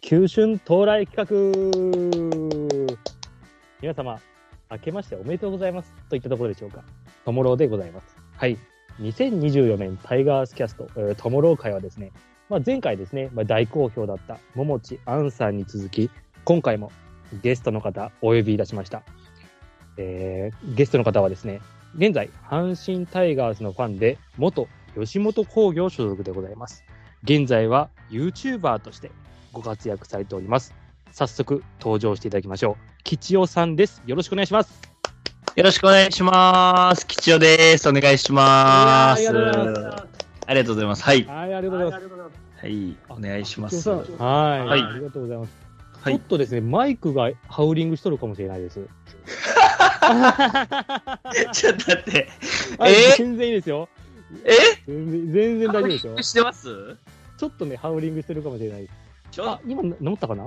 旧春到来企画皆様、明けましておめでとうございますといったところでしょうか。トモローでございます。はい。2024年タイガースキャスト、えートモロー会はですね、まあ、前回ですね、まあ、大好評だった桃地杏さんに続き、今回もゲストの方お呼びいたしました。えーゲストの方はですね、現在、阪神タイガースのファンで、元吉本興業所属でございます。現在は YouTuber としてご活躍されております。早速登場していただきましょう。吉尾さんです。よろしくお願いします。よろしくお願いします。吉尾です。お願いします。いやーありがとうございまありがとうございます。はい。はい、ありがとうございます。はい。お願いします。吉尾さんはい、はいありがとうございます。はちょっい。とですね、マイクがハウリングしとるかもしれないです。 ちょっと待って。はい全然いいですよ。え全然全然大丈夫ですよ。してますちょっとね、ハウリングしてるかもしれないです。ちょあっ、今治ったかな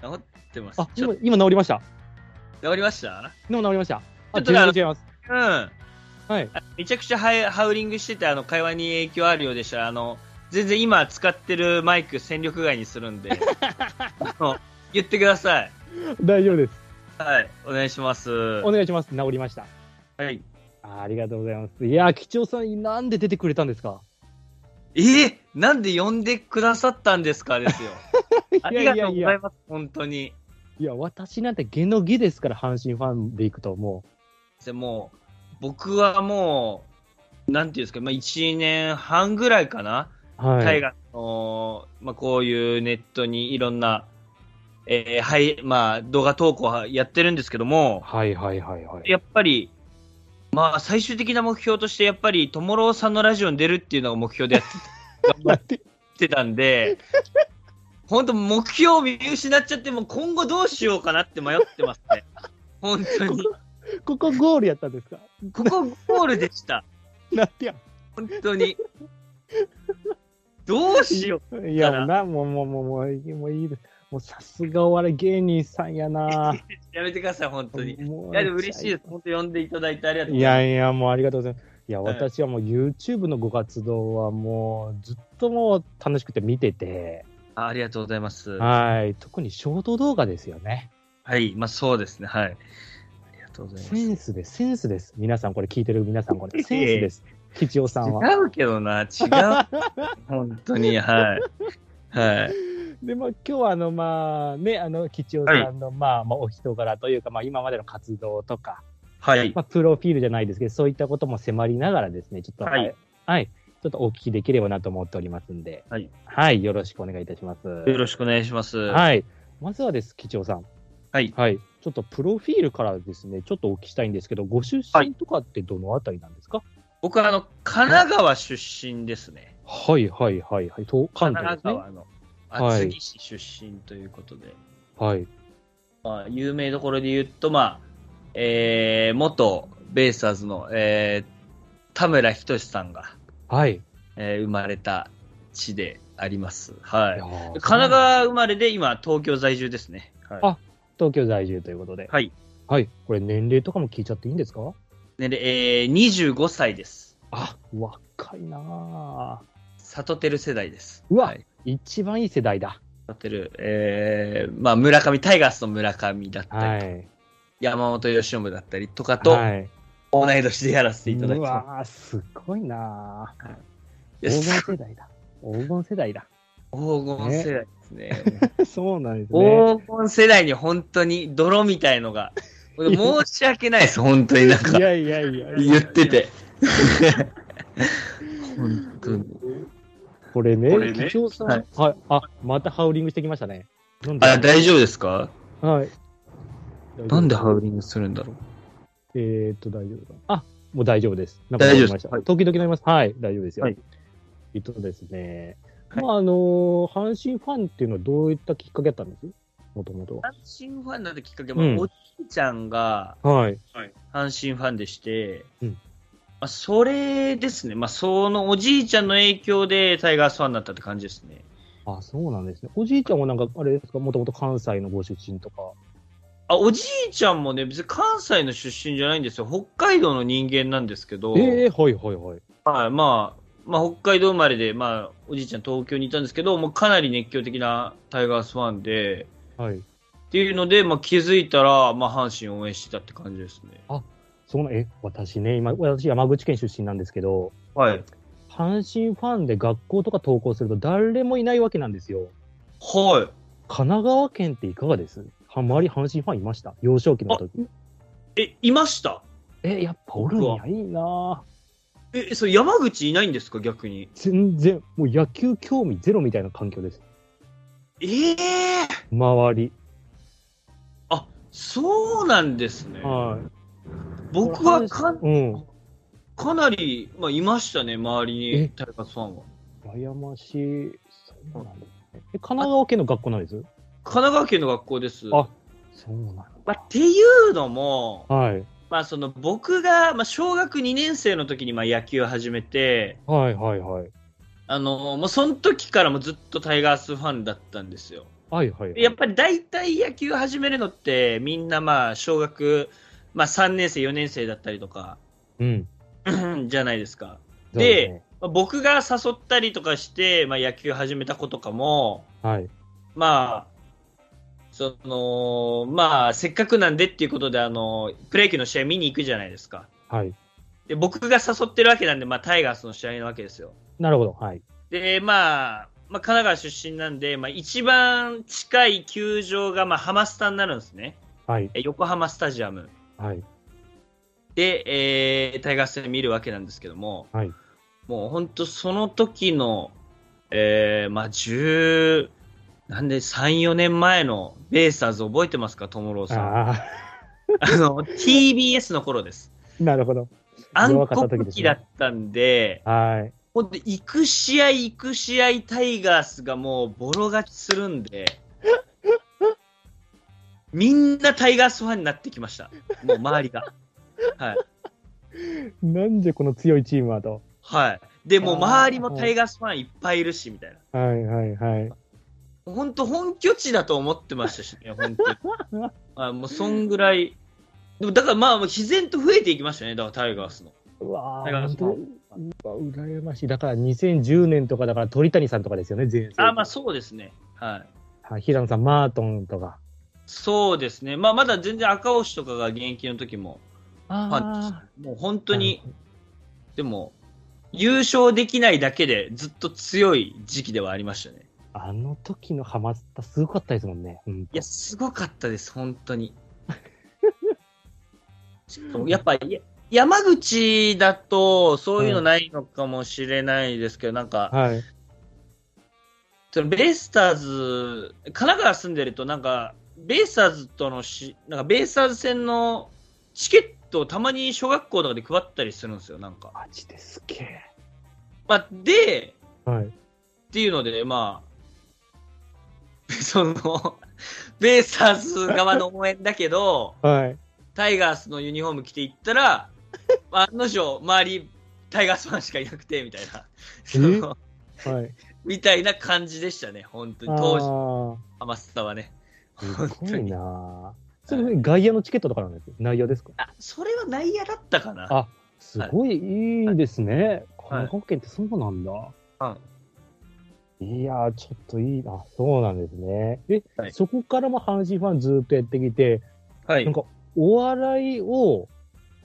と治ってます。あ、ち今ょっと、今治りました。治りました今治りました。あ、ちょっとね全然違います。うん。 はい。めちゃくちゃハイハウリングしてて、あの、会話に影響あるようでしたら。あの、全然今使ってるマイク戦力外にする んで、あの言ってください。大丈夫です。はい。お願いします。お願いします。治りました。はい。あありがとうございます。いやー、吉尾さん、なんで出てくれたんですかえーなんで呼んでくださったんですかですよ。ありがとうござ います、本当に。いや、私なんて下の下ですから、阪神ファンでいくと、もでもう、僕はもう、なんていうんですか、まあ、1年半ぐらいかな、う。は大河の、まあ、こういうネットにいろんな、えーはい、まあ、動画投稿はやってるんですけども、はいはいはいはい。やっぱり、まあ、最終的な目標として、やっぱり、ともろうさんのラジオに出るっていうのが目標でやって待ってってたんで、 本当目標を見失っちゃって、もう今後どうしようかなって迷ってますね。本当に。ここゴールやったんですかここゴールでした。なんてや。本当に。どうしよいや、もうな、もう、もう、もう、もういい、もういいです。もうさすがお笑い芸人さんやな。う。やめてください、本当に。いもうや、でも嬉しいです。本当呼んでいただいてありがとういござやいいや、もうありがとうございます。いや、はい私はもう YouTube のご活動はもうずっともう楽しくて見てて、ます。あありがとうございます。ははい、特にショート動画ですよね。い、まあそうですね、はい。ありがとうございまセす。ンスです、センスです。皆さん、これ聞いてる皆さん、これ、センスです。吉尾さんは。違うけどな、 違う。本当に、はい。はい。でまあ、今日はあのまあねあの吉尾さんの、まあまあお人柄というかまあ今までの活動とか、はいま。あ、プロフィールじゃないですけどそういったことも迫りながらですねちょっとはい、はいちょっとお聞きできればなと思っておりますんではい、はい、よろしくお願いいたします。よろしくお願いします。はいまずはです吉尾さんはいはいちょっとプロフィールからですねちょっとお聞きしたいんですけどご出は身いとかってどのあたりなんですか僕はあの神奈川出身ですね。はいはいはいはい東関神東で奈すね川のはい厚木市出身ということで、はいまあ、有名どころで言うと、まあえー元ベイスターズの、えー田村仁さんが、はいえー生まれた地であります。いはいや、ー神奈川生まれで今、東京在住ですね。はいあ東京在住ということではいはい、これ年齢とかも聞いちゃっていいんですかねでえー25歳です。あ若いなあサトテル世代です。うわはい一番いい世代だ。サトテル、えーまあ、村上、タイガースの村上だったりとか、はい。山本由伸だったりとかと、はい、同い年でやらせていただきうまわあすごいなあす。いや黄金世代だ。黄金世代だ。黄金世代ですね。 そうなんですね。黄金世代に本当に泥みたいのが。俺申し訳ないです、本当になんかい。やいやいやい言や。ってて。本当に。これね、これね貴重さん、ははいい、あ、またハウリングしてきましたね。なんで あ、大丈夫ですかはい。なんでハウリングするんだろう。えー、っと、大丈夫か。あ、もう大丈夫です。なんか大丈夫です飲みましたはい時々飲みます。はい、大丈夫ですよ。はいえっとですね、はいまあ、あのー阪神ファンっていうのはどういったきっかけだったんですもともとは。阪神ファンなんてきっかけはは、うんおじいちゃんがはい。阪神ファンでして、うんまあ、それですね、まあ、そのおじいちゃんの影響でタイガースファンになったって感じですね。あ、そうなんですね。おじいちゃんもなんか、あれですか、もともと関西のご出身とか。あ、おじいちゃんもね、別に関西の出身じゃないんですよ。北海道の人間なんですけど、ええはいはいはい。はい、まあ、まあ、北海道生まれで、まあ、おじいちゃん東京にいたんですけど、もうかなり熱狂的なタイガースファンで、はい。っていうので、まあ、気づいたら、まあ、阪神を応援してたって感じですね。その、え、私ね、今、私山口県出身なんですけど、はい。阪神ファンで学校とか登校すると誰もいないわけなんですよ。はい。神奈川県っていかがですは周り阪神ファンいました幼少期の時。え、いましたえ、やっぱおるん僕や、はいいなぁえ、そう、山口いないんですか逆に。全然、もう野球興味ゼロみたいな環境です。ええ周り。あ、そうなんですね。は僕はかい。うん。かなり、まあ、いましたね、周りえに、タイガースファンは。羨ましい。そうなんだ、ね。え神奈川県の学校なんです神奈川県の学校です。あそうなんだ。まあ、っていうのも、はい。まあ、その僕が、まあ、小学2年生の時にまあ野球を始めて、はいはいはい。あのもうその時からもずっとタイガースファンだったんですよ。はいはい、はい。やっぱり大体野球始めるのって、みんなまあ小学、まあ、3年生、4年生だったりとか うん。じゃないですか。そうすね、まあ僕が誘ったりとかして、まあ、野球始めた子とかも、はい。まあ、その、まあ、せっかくなんでっていうことで、あの、プロ野球の試合見に行くじゃないですか。はい。で、僕が誘ってるわけなんで、まあ、タイガースの試合なわけですよ。なるほど。はい。で、まあ、まあ、神奈川出身なんで、まあ、一番近い球場が、まあ、ハマスタになるんですね。はい。え横浜スタジアム。はい。で、えータイガース戦見るわけなんですけども、はいもう本当その時の、えーまあ、10、なんで3、4年前のベイスターズ覚えてますか、トモローさん。ああの、TBS の頃です。あ、 なるほど。暗弱かった時黒です期ねだったんで、はい。ほんと行く試合、行く試合、タイガースがもうボロ勝ちするんで、みんなタイガースファンになってきました。もう周りが。はい。なんでこの強いチームはと。はい。で、もうあー周りもタイガースファンいっぱいいるし、みたいな。はいはいはい。本当本拠地だと思ってましたしね、本当に。あもうそんぐらい。でもだからまあ、自然と増えていきましたね、だからタイガースの。うわだからぁ、そ本当うわ羨ましい。だから2010年とか、だから鳥谷さんとかですよね、前世紀あまあそうですね。はい。はい平野さん、マートンとか。そうですね。まあまだ全然赤星とかが現役の時もファンでしあた。もう本当に、でも、優勝できないだけでずっと強い時期ではありましたね。あの時のハマスタすごかったですもんね。うんいや、すごかったです、本当に。しかもやっぱ、や山口だと、そういうのないのかもしれないですけど、なんか、はい。そのベイスターズ、神奈川住んでると、なんか、ベイスターズとのし、なんか、ベイスターズ戦のチケットをたまに小学校とかで配ったりするんですよ、なんか。マジですっげえ。まあ、で、はい。っていうので、まあ、 その、ベイスターズ側の応援だけど、はい。タイガースのユニフォーム着ていったら、まあ案の定、周り、タイガースファンしかいなくて、みたいな。そのはい。みたいな感じでしたね、本当に。当時、あハマスタはね。あ、本す当ごいに。なぁ。それ、外野のチケットとかなんです内容ですかあ、それは内野だったかな。あすごいいいですね。神はい奈川県ってそうなんだ。はいやー、ちょっといいな。そうなんですね。え、はいそこからも阪神ファンずっとやってきて、はないん。かお笑いを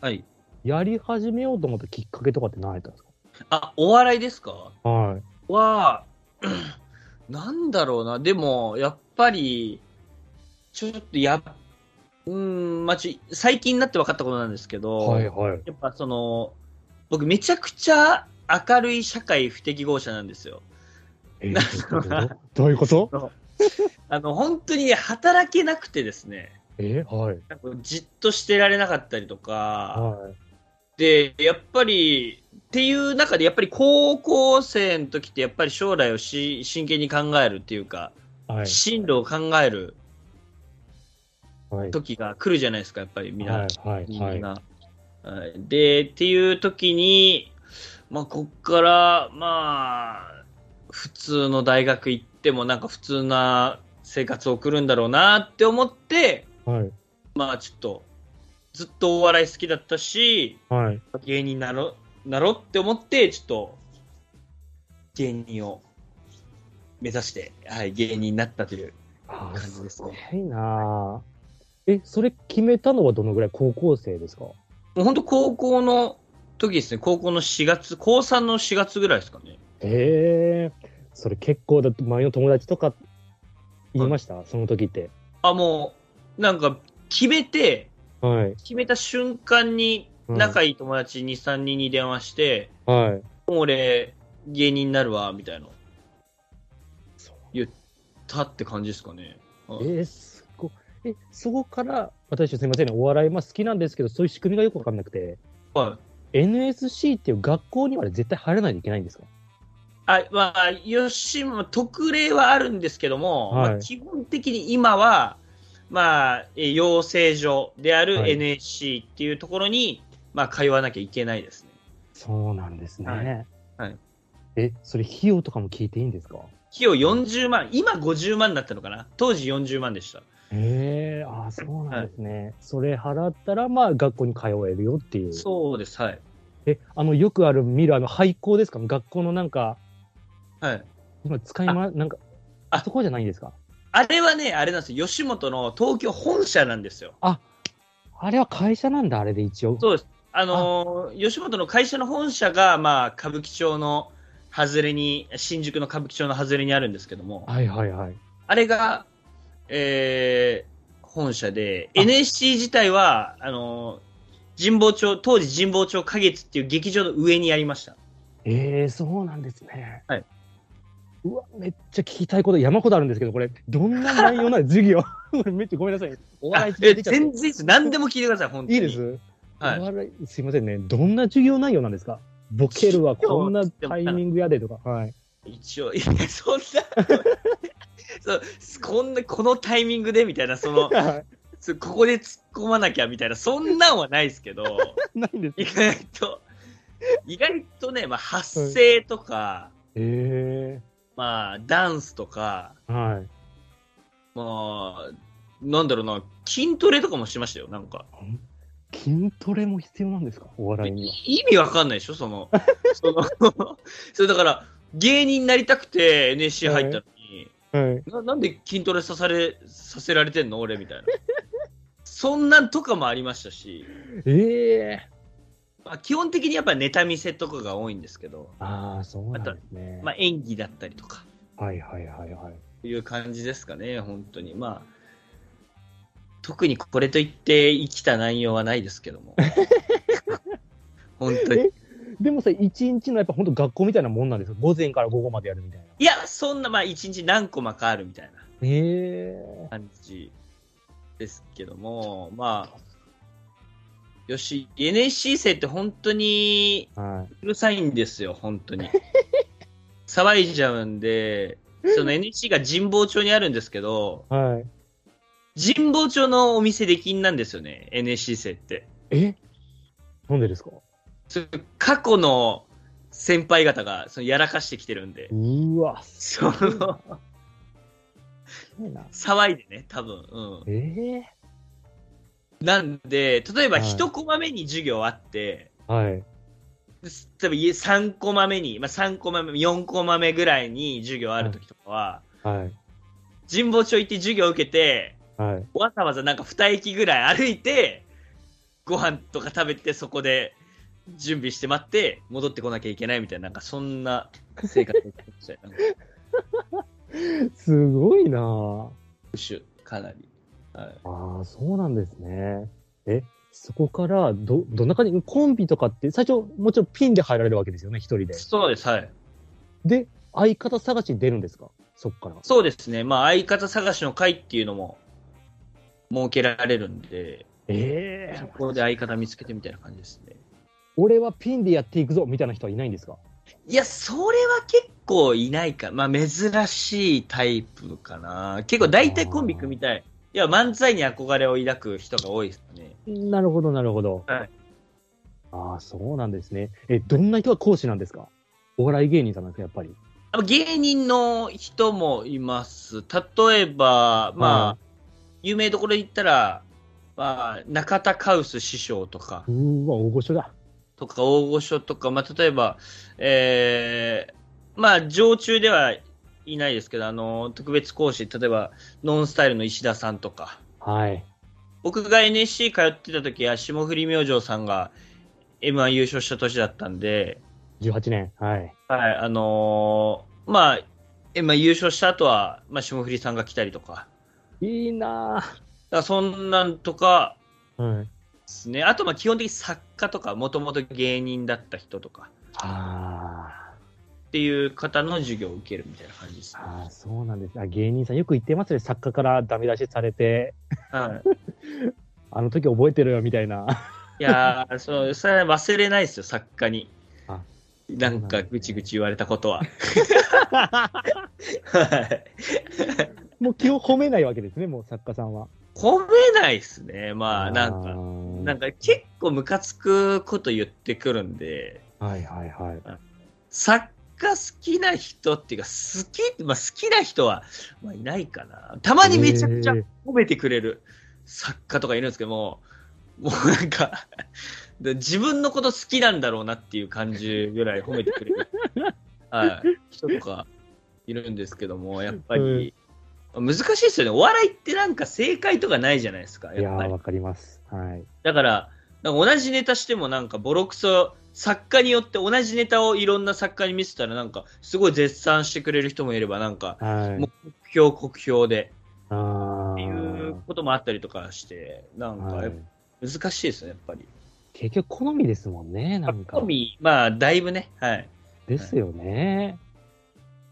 はい。やり始めようと思ったきっかけとかって何やったんですあ、お笑いですかかはい。は、なんだろうな。でも、やっぱり、ちょっとや、うーん、まあ、ちょ最近になって分かったことなんですけど、はいはい。やっぱその、僕めちゃくちゃ明るい社会不適合者なんです よ。えー、どういうことどういうこと あの、本当にね、働けなくてですね、えー、はい。なんかじっとしてられなかったりとか、はい。で、やっぱり、っていう中で、やっぱり高校生の時って、やっぱり将来をし真剣に考えるっていうか、はい。進路を考えるはい。時が来るじゃないですか、やっぱりみんな。はい。みはい。はいん。な。はいで、っていう時に、まあ、こっから、まあ、普通の大学行っても、なんか普通な生活を送るんだろうなって思って、はい。まあ、ちょっと、ずっとお笑い好きだったし、はい。芸人になろ、なろうって思って、ちょっと、芸人を目指して、はい、芸人になったというあ感じですね。すごいなぁえ、それ決めたのはどのぐらい高校生ですかもう本当高校の時ですね、高校の4月、高3の4月ぐらいですかね。ええそれ結構だって周りの友達とか言いました、その時って。あ、もう、なんか、決めて、はい。決めた瞬間うに、ん仲いい友達2、3人に電話して、はい。もう俺、芸人になるわ、みたいな、そう言ったって感じですかね。はいえー、すごい。え、そこから、私すみませんね、お笑いまあ好きなんですけど、そういう仕組みがよくわかんなくて、はい NSC っていう学校には絶対入らないといけないんですかあまあ、吉本、特例はあるんですけども、はいまあ、基本的に今は、まあ、え養成所であはるい NSC っていうところに、まあ、通わなきゃいけないですね。そうなんですね。はいはいえ、それ費用とかも聞いていいんですか費用40万、今50万になったのかな当時40万でした。へえああ、そうなんですね。それ払ったら、まあ、学校に通えるよっていう。そうです、はい。え、あの、よくある、見る、あの、廃校ですか学校のなんか、はい。今使いま、なんか、ああそこじゃないんですかあれはね、あれなんですよ。吉本の東京本社なんですよ。あれは会社なんだ、あれで一応。そうです。あのー吉本の会社の本社が、まあ、歌舞伎町の外れに、新宿の歌舞伎町の外れにあるんですけども。はいはいはい。あれが、えー本社で、NSC 自体は、あのー、神保町、当時神保町花月っていう劇場の上にありました。ええそうなんですね。はいうわ、めっちゃ聞きたいこと山ほどあるんですけど、これ、どんな内容なの授業。 これめっちゃごめんなさい。おあ笑いえ出ちゃって全然いいです。何でも聞いてください、本当いいに。です、はいお笑い、すいませんね。どんな授業内容なんですかボケるはこんなタイミングやでとか。 はい。一応、いや、そんな、そうこんな、このタイミングでみたいな、その、そうここで突っ込まなきゃみたいな、そんなんはないですけど、ないんです。意外と、意外とね、まあ、発声とか、えまあ、ダンスとか、えはい。まあ、なんだろうな、筋トレとかもしましたよ、なんか。筋トレも必要なんですかお笑いには。意味わかんないでしょ、その。その それだから、芸人になりたくて NSC 入ったのに、はい。ななんで筋トレさされさせられてんの俺みたいな。 そんなんとかもありましたし、ええまあ、基本的にやっぱネタ見せとかが多いんですけど、ああ、そうなんですね。まあ、演技だったりとか、はいはいはいはい。いう感じですかね、本当に。まあ、特にこれといって生きた内容はないですけども。本当に。でもさ、一日のやっぱ本当学校みたいなもんなんですよ。午前から午後までやるみたいな。いや、そんな、まあ、一日何コマかあるみたいええな感じですけども、まあ、よし、NSC 生って本当にはうるさいんですよ、本当に。 騒いじゃうんで、その NSC が神保町にあるんですけど、い。はい。神保町のお店出禁なんですよね、NSC 生って。えなんでですかそれ過去の先輩方がそのやらかしてきてるんで、うわ、すその、ごいな。騒いでね、多分、うん。ええなんで、例えばはい1コマ目に授業あって、はい。です例えば家3コマ目に、まあ、3コマ目、4コマ目ぐらいに授業ある時とかは、はい。神保町行って授業受けて、はい。わざわざなんか2駅ぐらい歩いて、ご飯とか食べてそこで準備して待って、戻ってこなきゃいけないみたいな、なんかそんな生活になってましたよなんかすごいなかなり。はいああ、そうなんですね。え、そこから、ど、どんな感じコンビとかって、最初、もちろんピンで入られるわけですよね、一人で。そうです、はい。で、相方探しに出るんですかそっから。そうですね。まあ、相方探しの会っていうのも設けられるんで、ええそこで相方見つけてみたいな感じですね。俺はピンでやっていくぞみたいな人はいないんですかいや、それは結構いないか。まあ、珍しいタイプかな。結構大体コンビ組みたい。いや、漫才に憧れを抱く人が多いですね。なるほど、なるほど。はい。ああ、そうなんですね。え、どんな人が講師なんですかお笑い芸人さんなんですか、やっぱり。あの芸人の人もいます。例えば、はまあ、有名どころで言ったら、まあ、中田カウス師匠とか。うーわ、大御所だ。とか大御所とか、まあ、例えば、えーまあ、常駐ではいないですけど、あの、特別講師、例えば、ノンスタイルの石田さんとか、はい。僕が NSC 通ってた時は、霜降り明星さんが M1 優勝した年だったんで、 18年。はい。はい、あのーまあ、M1 優勝した後は、まあ、霜降りさんが来たりとか、いいなだからそんなんとかぁ。はい。ですね。あと、まあ、基本的に作家とか、もともと芸人だった人とか、あっていう方の授業を受けるみたいな感じですーね。あー、そうなんです。あ芸人さんよく言ってますね。作家からダメ出しされて、はい。あの時覚えてるよみたいな。 いやーそう、それは忘れないですよ、作家にあ。なんそうなんですねかぐちぐち言われたこ とは。はいもう気を褒めないわけですね、もう作家さんは。褒めないですね、まあ、なんか。なんか結構ムカつくこと言ってくるんで、か。はいはいはい。作家好きな人っていうか、好き、まあ好きな人は、まあ、いないかな。たまにめちゃくちゃえー褒めてくれる作家とかいるんですけども、もうなんか、で自分のこと好きなんだろうなっていう感じぐらい褒めてくれる、はい、人とかいるんですけども、やっぱり、難しいですよね。お笑いってなんか正解とかないじゃないですか、いややっぱー、りわ。かります。はい。だから、なんか同じネタしてもなんかボロクソ、作家によって同じネタをいろんな作家に見せたらなんか、すごい絶賛してくれる人もいれば、なんか、はいも。う酷評酷評で、あっていうーこともあったりとかして、なんかはやっいぱ難しいですね、やっぱり。結局好みですもんね、なんか好。み、まあ、だいぶね、はい。ですよね。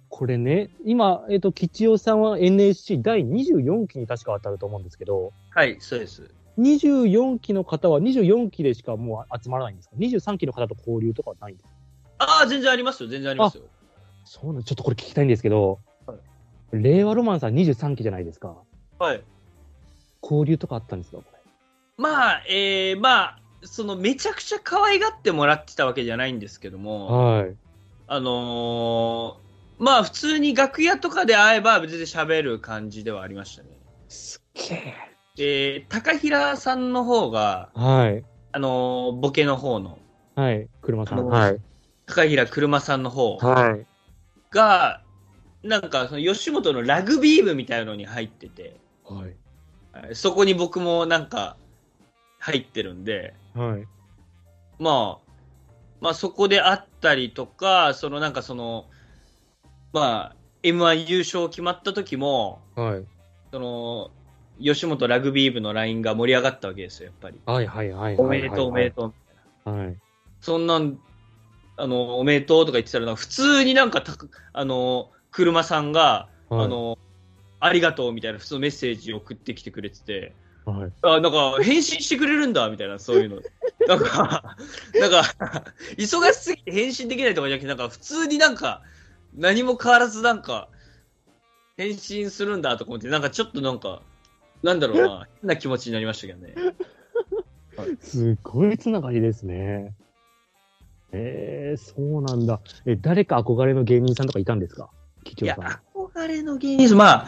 これね、今、えっ、と、吉尾さんは NSC 第24期に確か当たると思うんですけど、はい、そうです。 24期の方は24期でしかもう集まらないんですか ?23 期の方と交流とかはないんですかああ、全然ありますよ、全然ありますよ。そうなんちょっとこれ聞きたいんですけど、は令和ロマンさん23期じゃないですか。はい。交流とかあったんですかこまあ、えー、まあ、その、めちゃくちゃ可愛がってもらってたわけじゃないんですけどれ。も、はい。あのーまあ普通に楽屋とかで会えば別に喋る感じではありましたね。すっげえ。で、高平さんの方が、はい。あのーボケの方の、はい。車さあん。のい。高平車さんの方はい。が、なんかその吉本のラグビー部みたいのに入ってて、はい。はいそこに僕もなんか入ってるんで、はい。まあ、まあそこで会ったりとか、そのなんかその、まあ、M1 優勝決まった時も、はい。その、吉本ラグビー部の LINE が盛り上がったわけですよ、やっぱり。はい。はい。はい。おめでとう、おめでとう。う。はい。そんなん、あの、おめでとうとか言ってたらなんか、普通になんかたく、あの、車さんが、はいあ、の、ありがとうみたいな普通のメッセージを送ってきてくれてて、はい。あ、なんか、返信してくれるんだ、みたいな、そう いうの。なんか、なんか、忙しすぎて返信できないとかじゃなくて、なんか、普通になんか、何も変わらずなんか、返信するんだとか思って、なんかちょっとなんか、なんだろうな、変な気持ちになりましたけどね。すごいつながりですね。えー、そうなんだ。え、誰か憧れの芸人さんとかいたんですかい吉尾やさん。、憧れの芸人、まあ、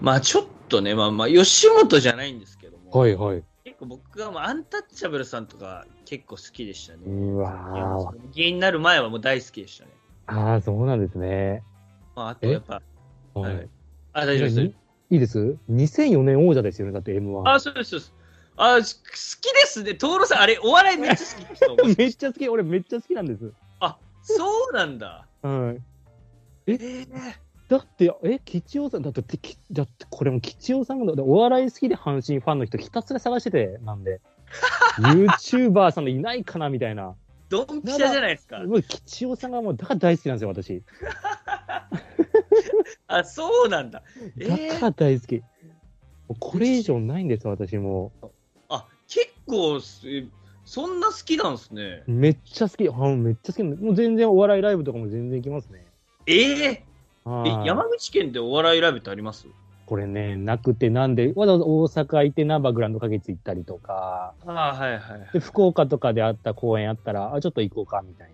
まあちょっとね、まあまあ、吉本じゃないんですけども、はいはい。結構僕が、まあ、アンタッチャブルさんとか結構好きでしたね。うわ芸人になる前はもう大好きでしたね。ーああ、そうなんですね。まあ、あとやっぱ、ははいい。あ、大丈夫です。いいです2004年王者ですよね、だって M1。あ、そうです、そうです。あ、す好きですね。徹さん、あれ、お笑いめっちゃ好きですよめっちゃ好き、俺めっちゃ好きなんです。あ、そうなんだ。はい。えええだって、え、吉尾さん、だって、きだってこれも吉尾さんが、だってお笑い好きで阪神ファンの人ひたすら探してて、なん で。YouTuber さんでいないかなみたいな。ドンピシャじゃないですか。もう吉尾さんがもう、だから大好きなんですよ、私。あ、そうなんだ。えだかーら大好き。もうこれ以上ないんです、私もあ、結構す、そんな好きなんですね。う。めっちゃ好き。あめっちゃ好きなんで。もう全然お笑いライブとかも全然行きますね。ええはえい山口県でお笑いライブってありますこれね、なくてなんで、わざわざ大阪行ってナンバーグランド花月行ったりとか、あはいはい。で、福岡とかであった公演あったら、あ、ちょっと行こうか、みたい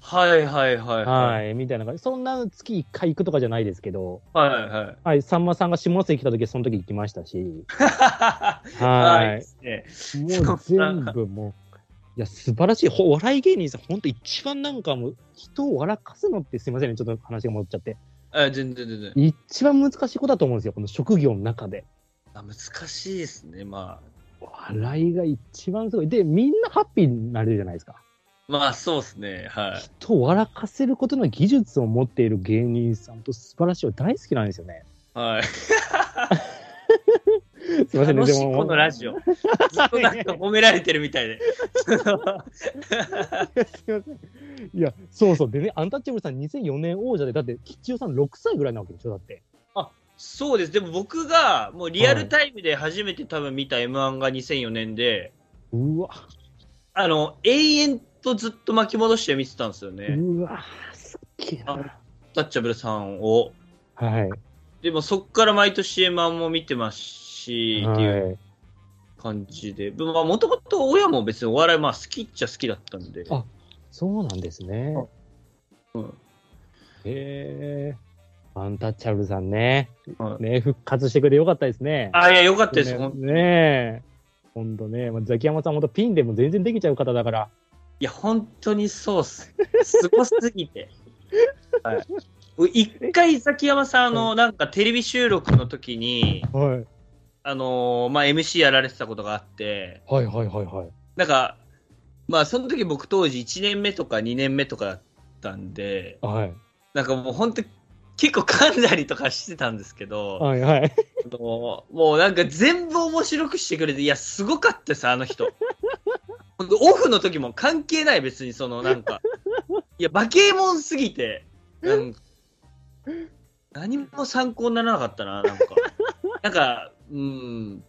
はいはいはい。な。ははいい、みたいな感じ。そんな月1回行くとかじゃないですけど、はい はい。はい、さんまさんが下関来た時はその時行きましたし、 は。はいですねい。もう全部もいや、素晴らしい。ほ笑い芸人さん、本当一番なんかもう、人を笑かすのってすいませんね。ちょっと話が戻っちゃって。あ全然全然。一番難しいことだと思うんですよ。この職業の中で。あ難しいですね。まあ、笑いが一番すごい。で、みんなハッピーになれるじゃないですか。まあそうですね。はい。人を笑かせることの技術を持っている芸人さんと素晴らしい。大好きなんですよね。はい。すいませんね。楽しいでもこのラジオ。ずっとなんか褒められてるみたいで。い や すいません。いや、そうそう。でね、アンタッチャブルさん2004年王者で、だって、吉代さん6歳ぐらいなわけでしょ、だって。そうです。でも僕がもうリアルタイムで初めて多分見た M1 が2004年で、うわ、あの、永遠とずっと巻き戻して見てたんですよね。うわ、すっげえな。タッチャブルさんを。はい。でもそっから毎年 M1 も見てますし、っていうはい、感じで。まあもともと親も別にお笑いまあ好きっちゃ好きだったんで。あそうなんですね。うんへえ。アンタッチャブルさんね。はいね復活してくれてよかったですね。あ、いや、よかったです。ほんねねえ。ほんとね、まあ、ザキヤマさん、ほんとピンでも全然できちゃう方だから。いや、本当にそうっす。すごすぎて。はい俺一回、崎山さん、あの、なんかテレビ収録の時に、はい。あのーまあ、MC やられてたことがあって、はいはいはいはい。なんか、まあ、その時僕当時1年目とか2年目とかだったんで、はい。なんかもう本当結構噛んだりとかしてたんですけど、はいはい。あのーもうなんか全部面白くしてくれて、いや、すごかったです、あの人。ほんとオフの時も関係ない、別に、そのなんか。いや、バケモンすぎて、なんか何も参考にならなかったな、なんか。なんか、うん、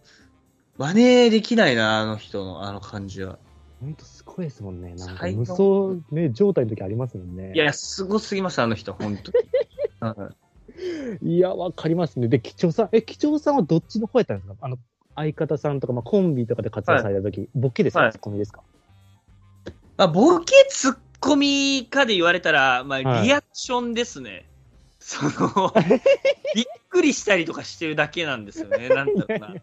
真似できないな、あの人の、あの感じは。ほんとすごいですもんね。なんか最高無双、ね、状態の時ありますもんね。いや、すごすぎます、あの人、本当に。うんいや、わかりますね。で、貴重さん、え、貴重さんはどっちの方やったんですかあの、相方さんとか、まあ、コンビとかで活躍された時、ボケですか、はいツッコミですかまあ、ボケツッコミかで言われたら、まはあ、いリアクションですね。その、びっくりしたりとかしてるだけなんですよね。なんだ ろうな。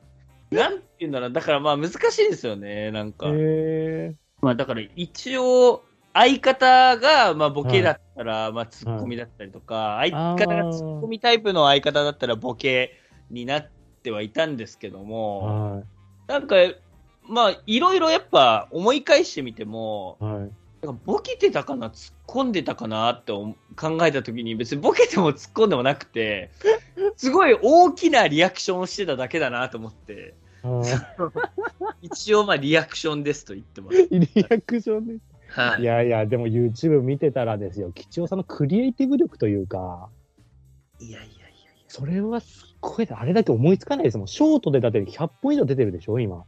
なんていうんだろう。だからまあ難しいんですよね。なんか。へまあだから一応、相方がまあボケだったら、まあツッコミだったりとか、相方あーがツッコミタイプの相方だったらボケになってはいたんですけどーも、はなんか、まあいろいろやっぱ思い返してみても、い。はい。なんかボケてたかな、突っ込んでたかなって思考えたときに、別にボケても突っ込んでもなくて、すごい大きなリアクションをしてただけだなと思って、は一応、まあ、リアクションですと言ってま す。い。リアクションね。はいい、やいや、でも YouTube 見てたらですよ、貴重さんのクリエイティブ力というか、いやいやいやそれはすっごい、あれだけ思いつかないですもん。ショートでだって100本以上出てるでしょ、今。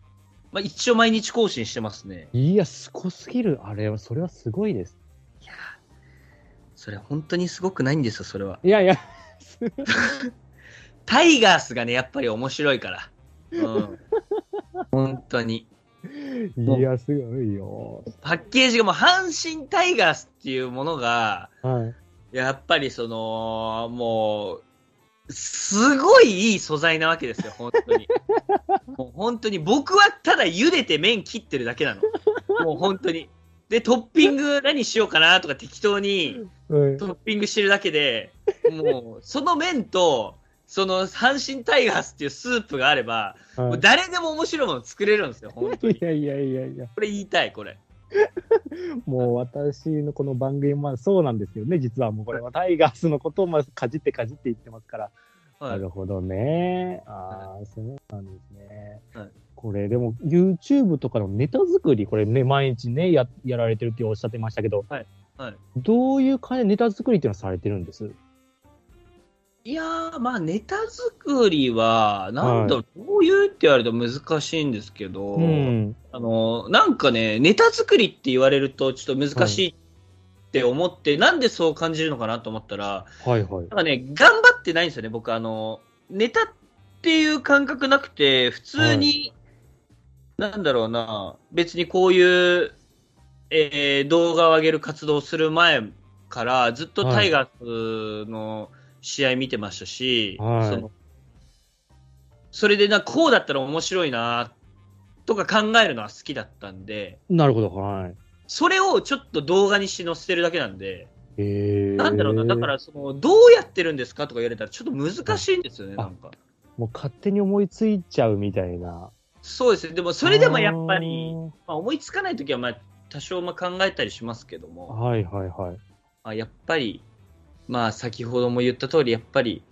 まあ、一応、毎日更新してますね。いや、すごすぎる。あれは、それはすごいです。いやそれ本当にすごくないんですよ、それは。い やいや、すタイガースがね、やっぱり面白いから。うん、 本当に。いや、すごいよ。パッケージがもう阪神タイガースっていうものが、はい。やっぱりその、もう、すごいいい素材なわけですよ、本当に。もう本当に、僕はただ茹でて麺切ってるだけなの。もう本当に。で、トッピング何しようかなとか適当にはいトッピングしてるだけで、もう、その麺と、その阪神タイガースっていうスープがあれば、も う誰でも面白いもの作れるんですよ、本当い に。やいやいやいや、これ言いたい、これ。もう私のこの番組もそうなんですよね、実はもうこれはタイガースのことをまあかじってかじって言ってますから。はいなるほどね。ああ、そうなんですね。はいこれでも YouTube とかのネタ作り、これね、毎日ね、ややられてるっておっしゃってましたけど、はいはいどういう感じでネタ作りっていうのはされてるんですいやー、まあ、ネタ作りは、なんだろう、こういうって言われると難しいんですけど、うん。あの、なんかね、ネタ作りって言われると、ちょっと難しいって思って、なんでそう感じるのかなと思ったら、はいはい。なんかね、頑張ってないんですよね、僕、あの、ネタっていう感覚なくて、普通に、なんだろうな、別にこういう、えー動画を上げる活動をする前から、ずっとタイガースの試合見てましたし、はいそのそれでな、こうだったら面白いなっとか考えるのは好きだったんで、なるほど、はい。それをちょっと動画にして載せてるだけなんで、えー、なんだろうな、だからその、どうやってるんですかとか言われたら、ちょっと難しいんですよね、あなんか。もう勝手に思いついちゃうみたいな。そうですね、でもそれでもやっぱり、まあ、思いつかないときは、まあ、多少まあ考えたりしますけどあー。も、はいはいはい。まあ、やっぱり、まあ、先ほども言った通り、やっぱり、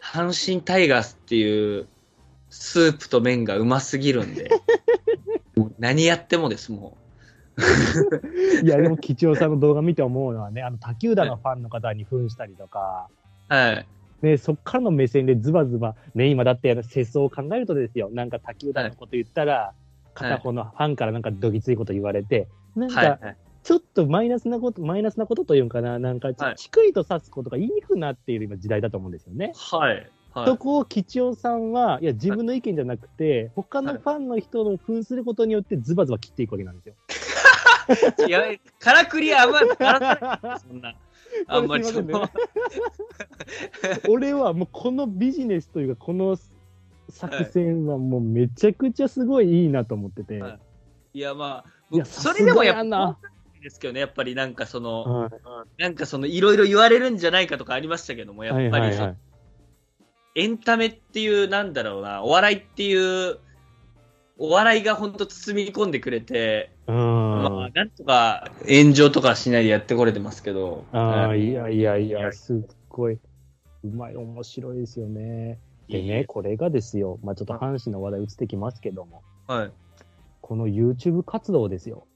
阪神タイガースっていう、スープと麺がうますぎるんで、もう何やってもです、もいや、でも、吉尾さんの動画見て思うのはね、あの、他球団のファンの方に扮したりとか、う。はい。ね、そっからの目線でズバズバ、ね、今だってあの世相を考えるとですよ、なんか他球団のこと言ったら、片方のファンからなんかどぎついこと言われて、なんはい、はかい。ちょっとマイナスなこと、マイナスなことというかな、なんかちはいちくりと指すことが言いにくくなっている今時代だと思うんですよね。はい。はそい。こを吉尾さんは、いや、自分の意見じゃなくて、他のファンの人の扮することによってズバズバ切っていくわけなんです よ。いや、からくりあんまり、からかないそんな。あんまりこれすそいませんねの、俺はもうこのビジネスというか、この作戦はもうめちゃくちゃすごいいいなと思ってて。はいいや、まあ、いや僕それでもやさっすがやなぱ、ですけどね、やっぱりなんかその、はなんかその、いろいろ言われるんじゃないかとかありましたけども、いやはいっぱはりいそはのい。エンタメっていう、なんだろうな、お笑いっていう、お笑いが本当包み込んでくれて、うまあん。、なんとか炎上とかしないでやってこれてますけど、ああ、はいいやいやいや、すっごい、うまい、面白いですよね。でね、これがですよ、まあちょっと阪神の話題移ってきますけども、はい、この YouTube 活動ですよ。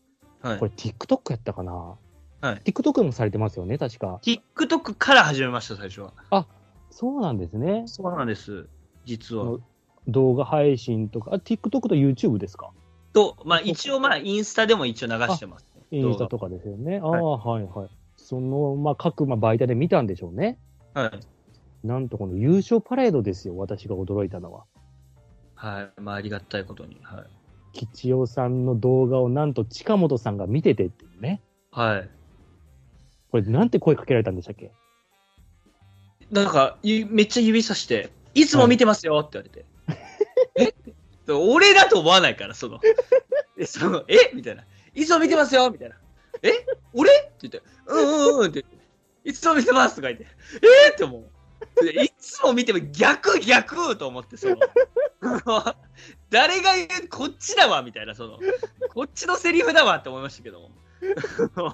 はいこ。れ TikTok やったかなはい ?TikTok もされてますよね、確か。 TikTok から始めました、最初は。そうなんですね。そうなんです、実うはん。動画配信とか、あ、TikTok と YouTube ですかと、まあ一応まあインスタでも一応流してます、ね。インスタとかですよね。ああ、はいはい。その、まあ各、まあ、媒体で見たんでしょうね。動画はい。なんとこの優勝パレードですよ、私が驚いたのは。はい。まあありがたいことに。はい。吉尾さんの動画をなんと近本さんが見ててっていうね。はい。これなんて声かけられたんでしたっけなんか、ゆめっちゃ指さして、いつも見てますよって言われて。え俺だと思わないから、その。えそのえみたいな。いつも見てますよみたいな。え俺って言って、うんうんうんって。いつも見てますとか言って、えー、って思う。でいつも見ても逆逆と思って、その。 誰が言う、こっちだわみたいな、その。こっちのセリフだわって思いましたけども。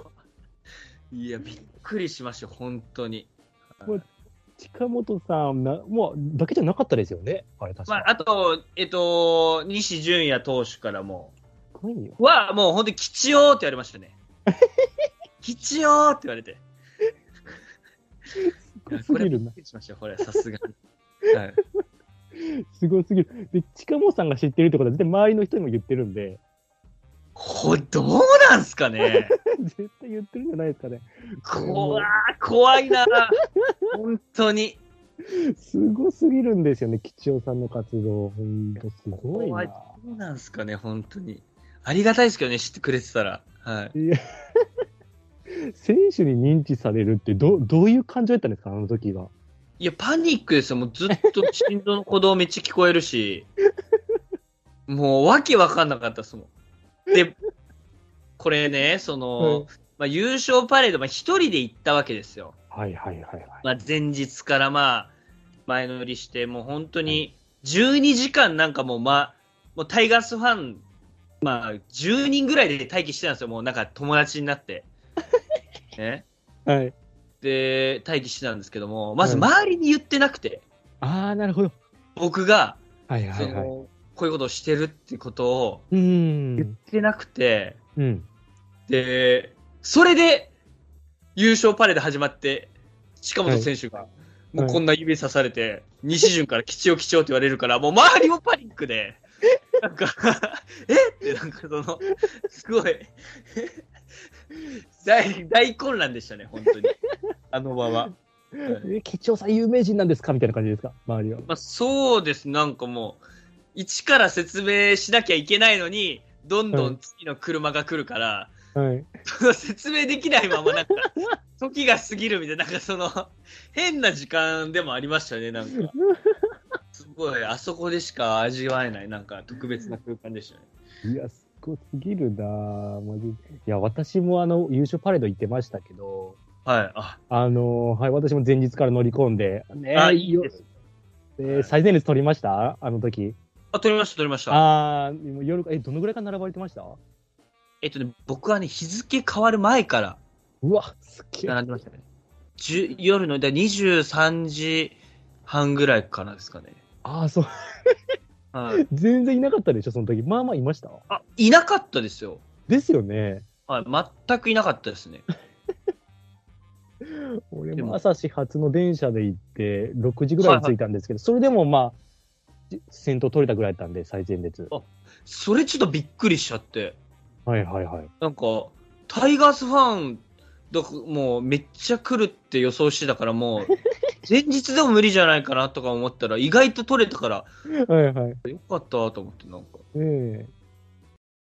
いや、びっくりしました、本当に。近本さんな、もう、だけじゃなかったですよね。あれ確まか。あ、あと、えっと、西純也投手からも、すごいよ。は、もう本当に吉尾って言われまし たね。吉尾って言われて。すごすぎるなびっ。くりしましたよ、これ、さすが に。はい、すごすぎる。で、近本さんが知ってるってことは、絶対周りの人にも言ってるんで、 こどうなんすかね。絶対言ってるんじゃないですかね。怖い怖いな。本当に。すごすぎるんですよね、吉尾さんの活動。ほんと、すごいな。怖いどうなんすかね、本当に。ありがたいですけどね、知ってくれてたら。はい。いや、選手に認知されるってど、どういう感情やったんですか、あの時が。いや、パニックですよ。もうずっと心臓の鼓動めっちゃ聞こえるし、 もうわけわかんなかったですもん。で、これね、その、うんまあ、優勝パレード、まあ、一人で行ったわけですよ。はいはいはいはい。まあ、前日からまあ、前乗りして、もう本当に12時間なんかもう、まあ、もうタイガースファン、まあ、10人ぐらいで待機してたんですよ。もうなんか友達にな って。ね。はい。で、待機してたんですけども、まずうん周りに言ってなくて、ああ、なるほど。僕が、はいはそいの、はい。こういうことをしてるってことをう言っん。てなくて、うん。で、それで優勝パレード始まって、近本選手が、もうこんな指さされて、西潤から吉を吉をって言われるから、もう周りもパニックで、なんか、 えってなんかその、すご い、大、大混乱でしたね、本当に。あの場は。え、吉尾さん有名人なんですかみたいな感じですか、周りは。まあ、そうです、なんかもう、一から説明しなきゃいけないのに、どんどん次の車が来るから、はい。その説明できないまま、なん か、時が過ぎるみたいな、なんかその、変な時間でもありましたね、なんか。すごい、あそこでしか味わえない、なんか特別な空間でしたね。いや、すごすぎるなぁマジいや、私もあの、優勝パレード行ってましたけど、はい。あ、あのーはい、私も前日から乗り込んで、ねあいいです。えー最前列取りましたあの時。あ、撮りました、撮りました。あー、もう夜、え、どのぐらいから並ばれてましたえっとね、僕はね、日付変わる前からうわ、すっげえ。並んでましたね。じゅ夜の、だから23時半ぐらいからですかね。あー、そう、はい。全然いなかったでしょ、その時。まあまあいました。あ、いなかったですよ。ですよね。はい。全くいなかったですね。俺でもも朝始発の電車で行って、6時ぐらいに着いたんですけど、それでもまあ、先頭取れたぐらいだったんで、最前列。それちょっとびっくりしちゃって。はいはいはい。なんか、タイガースファン、だもうめっちゃ来るって予想してたから、もう、前日でも無理じゃないかなとか思ったら、意外と取れたから、はいはい。よかったと思って、なんか、ええ